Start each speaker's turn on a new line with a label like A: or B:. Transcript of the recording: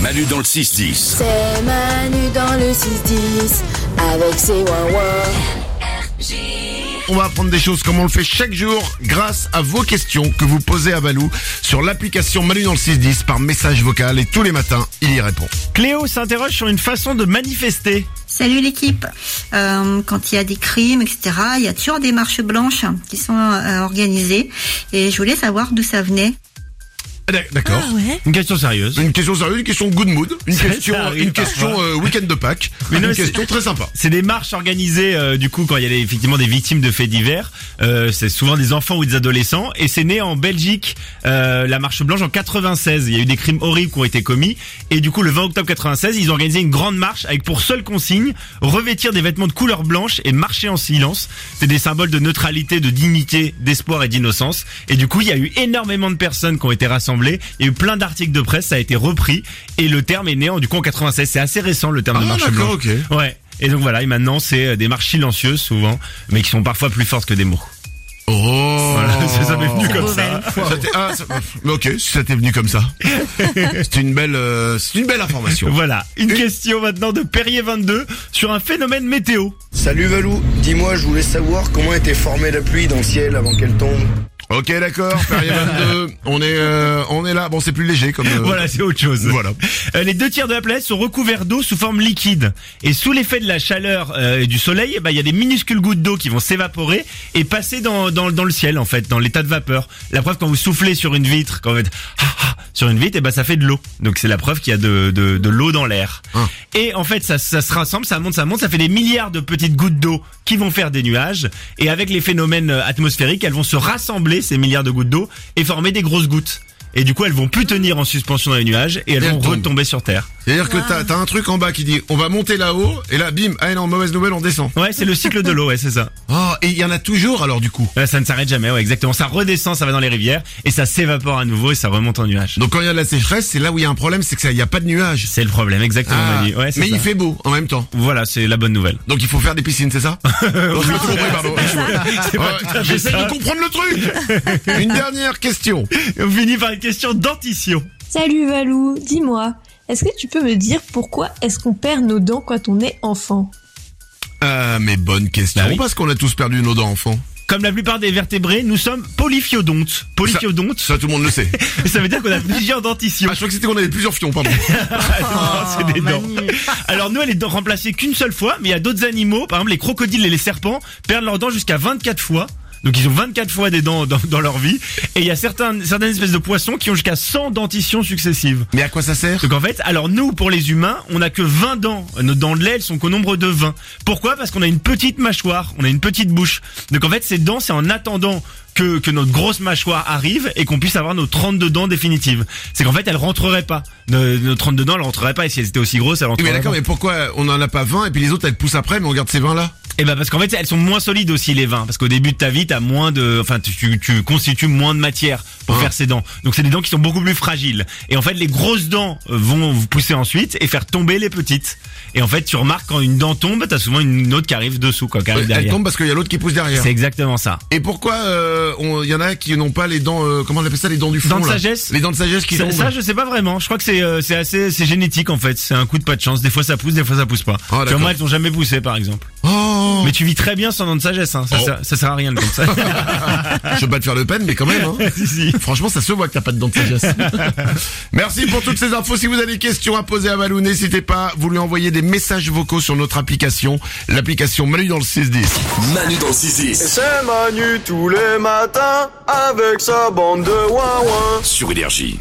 A: Manu dans le 6-10.
B: C'est Manu dans le 6-10 avec ses wouah
C: On va apprendre des choses comme on le fait chaque jour grâce à vos questions que vous posez à Valou sur l'application Manu dans le 610 par message vocal et tous les matins, il y répond.
D: Cléo s'interroge sur une façon de manifester.
E: Salut l'équipe. Euh, quand il y a des crimes, etc., il y a toujours des marches blanches qui sont euh, organisées. Et je voulais savoir d'où ça venait.
C: Ah, d'ac- D'accord.
D: Une question sérieuse.
C: Une question sérieuse, une question good mood, une
D: Ça, ça
C: question,
D: arrive
C: une question
D: parfois.
C: euh, week-end de Pâques,
D: Mais non,
C: une
D: mais
C: question
D: c'est-
C: très sympa.
D: C'est des marches organisées euh, du coup quand il y a des- effectivement des victimes de faits divers. Euh, c'est souvent des enfants ou des adolescents et c'est né en Belgique euh, la marche blanche en 96. Il y a eu des crimes horribles qui ont été commis et du coup le 20 octobre 96 ils ont organisé une grande marche avec pour seule consigne revêtir des vêtements de couleur blanche et marcher en silence. C'est des symboles de neutralité, de dignité, d'espoir et d'innocence. Et du coup il y a eu énormément de personnes qui ont été rassemblées. Il y a eu plein d'articles de presse, ça a été repris et le terme est né en du coup en 96. C'est assez récent le terme de
C: Ah,
D: marche
C: d'accord,
D: blanche.
C: ok.
D: Ouais. Et donc voilà, et maintenant c'est euh, des marches silencieuses souvent, mais qui sont parfois plus fortes que des mots.
C: Oh.
D: Voilà, ça ça m'est venu comme ça.
C: Ça t'est- ah, ça- mais ok, si ça t'est venu comme ça. c'est une belle, euh, c'est une belle information.
D: Voilà, une question maintenant de Perrier 22 sur un phénomène météo.
F: Salut Valou, dis-moi, je voulais savoir comment était formée la pluie dans le ciel avant qu'elle tombe.
C: Ok, d'accord. Perrier 22. On est, euh, on est là. Bon, c'est plus léger comme. euh,
D: Voilà, c'est autre chose.
C: Voilà.
D: Euh, les deux tiers de la planète sont recouverts d'eau sous forme liquide. Et sous l'effet de la chaleur euh, et du soleil, eh ben, il y a des minuscules gouttes d'eau qui vont s'évaporer et passer dans, dans, dans le ciel, en fait, dans l'état de vapeur. La preuve, quand vous soufflez sur une vitre, quand vous faites ah, ah, sur une vitre, eh ben, ça fait de l'eau. Donc c'est la preuve qu'il y a de, de, de l'eau dans l'air.
C: Ah.
D: Et en fait, ça, ça se rassemble, ça monte, ça monte, ça fait des milliards de petites gouttes d'eau qui vont faire des nuages. Et avec les phénomènes euh, atmosphériques, elles vont se rassembler, ces milliards de gouttes d'eau, et former des grosses gouttes. Et du coup, elles vont plus tenir en suspension dans les nuages et elles
C: Et elles
D: vont
C: tombent.
D: retomber sur Terre.
C: C'est-à-dire que t'as, t'as un truc en bas qui dit, on va monter là-haut, et là, bim, ah non, mauvaise nouvelle, on descend.
D: Ouais, c'est le cycle de l'eau, ouais, c'est ça.
C: Oh, et il y en a toujours alors du coup.
D: Là, ça ne s'arrête jamais, ouais, exactement. Ça redescend, ça va dans les rivières et ça s'évapore à nouveau et ça remonte en nuages.
C: Donc quand il y a de la sécheresse, c'est là où il y a un problème, c'est que ça, il n'y a pas de nuages.
D: C'est le problème, exactement.
C: Ah,
D: Manu. Ouais, c'est
C: mais
D: ça.
C: il fait beau en même temps.
D: Voilà, c'est la bonne nouvelle.
C: Donc il faut faire des piscines, c'est ça Oh, je me suis compris, pardon.
D: C'est pas
C: Ouais,
D: tout à fait
C: J'essaie
D: ça.
C: de comprendre le truc. Une dernière question.
D: On finit par une question dentition.
G: Salut Valou, dis-moi, est-ce que tu peux me dire pourquoi est-ce qu'on perd nos dents quand on est enfant
C: Euh, mais bonne question.
D: Bah oui.
C: Parce qu'on a tous perdu nos dents enfants.
D: Comme la plupart des vertébrés, nous sommes polyphyodontes. Polyphyodontes,
C: Ça tout le monde le sait.
D: ça veut dire qu'on a plusieurs dentitions.
C: Ah, je crois que c'était qu'on avait plusieurs fions, pardon.
D: Non, c'est des dents. Alors nous, elle est dent- remplacée qu'une seule fois, mais il y a d'autres animaux, par exemple les crocodiles et les serpents, perdent leurs dents jusqu'à 24 fois. Donc ils ont 24 fois des dents dans, dans leur vie. Et il y a certains, certaines espèces de poissons qui ont jusqu'à 100 dentitions successives.
C: Mais à quoi ça sert
D: Donc en fait, alors nous, pour les humains, on a que 20 dents. Nos dents de lait, elles sont qu'au nombre de 20. Pourquoi Parce qu'on a une petite mâchoire, on a une petite bouche. Donc en fait, ces dents, c'est en attendant que, que notre grosse mâchoire arrive et qu'on puisse avoir nos 32 dents définitives. C'est qu'en fait, elles rentreraient pas. Nos, nos 32 dents, elles rentreraient pas. Et si elles étaient aussi grosses, elles
C: Oui,
D: rentreraient
C: mais d'accord,
D: pas.
C: mais pourquoi on en a pas 20 et puis les autres elles poussent après, mais on garde ces 20 là
D: Et ben parce qu'en fait, elles sont moins solides aussi, les 20. Parce qu'au début de ta vie, t'as moins de... Enfin, tu, tu, tu constitues moins de matière pour
C: Hein.
D: faire ces dents. Donc c'est des dents qui sont beaucoup plus fragiles. Et en fait, les grosses dents euh, vont vous pousser ensuite et faire tomber les petites. Et en fait, tu remarques quand une dent tombe, t'as souvent une autre qui arrive dessous, quoi, qui arrive
C: Elles
D: derrière.
C: tombent parce qu'il y a l'autre qui pousse derrière.
D: C'est exactement ça.
C: Et pourquoi euh, on- il y en a qui n'ont pas les dents, euh, comment on appelle ça, les dents du fond
D: Dents de
C: là
D: sagesse
C: Les dents de sagesse qui
D: Ça,
C: tombent.
D: ça, je sais pas vraiment. Je crois que c'est euh, c'est assez c'est génétique en fait. C'est un coup de pas de chance. Des fois ça pousse, des fois ça pousse pas.
C: Ah,
D: tu vois,
C: d'accord.
D: moi elles t'ont jamais poussé par exemple.
C: Oh,
D: Mais tu vis très bien sans dents de sagesse. Hein. Ça,
C: Oh.
D: sert- ça sert à rien de comme ça.
C: je veux pas te faire de peine, mais quand même. Hein.
D: Si, si.
C: Franchement, ça se voit que t'as pas de dents de sagesse. Merci pour toutes ces infos. Si vous avez des questions à poser à Valou, n'hésitez pas. Vous lui envoyez des messages vocaux sur notre application, l'application Manu dans le 610.
A: Manu dans le 6-10
H: C'est Manu tous les matins avec sa bande de ouin
A: sur Énergie.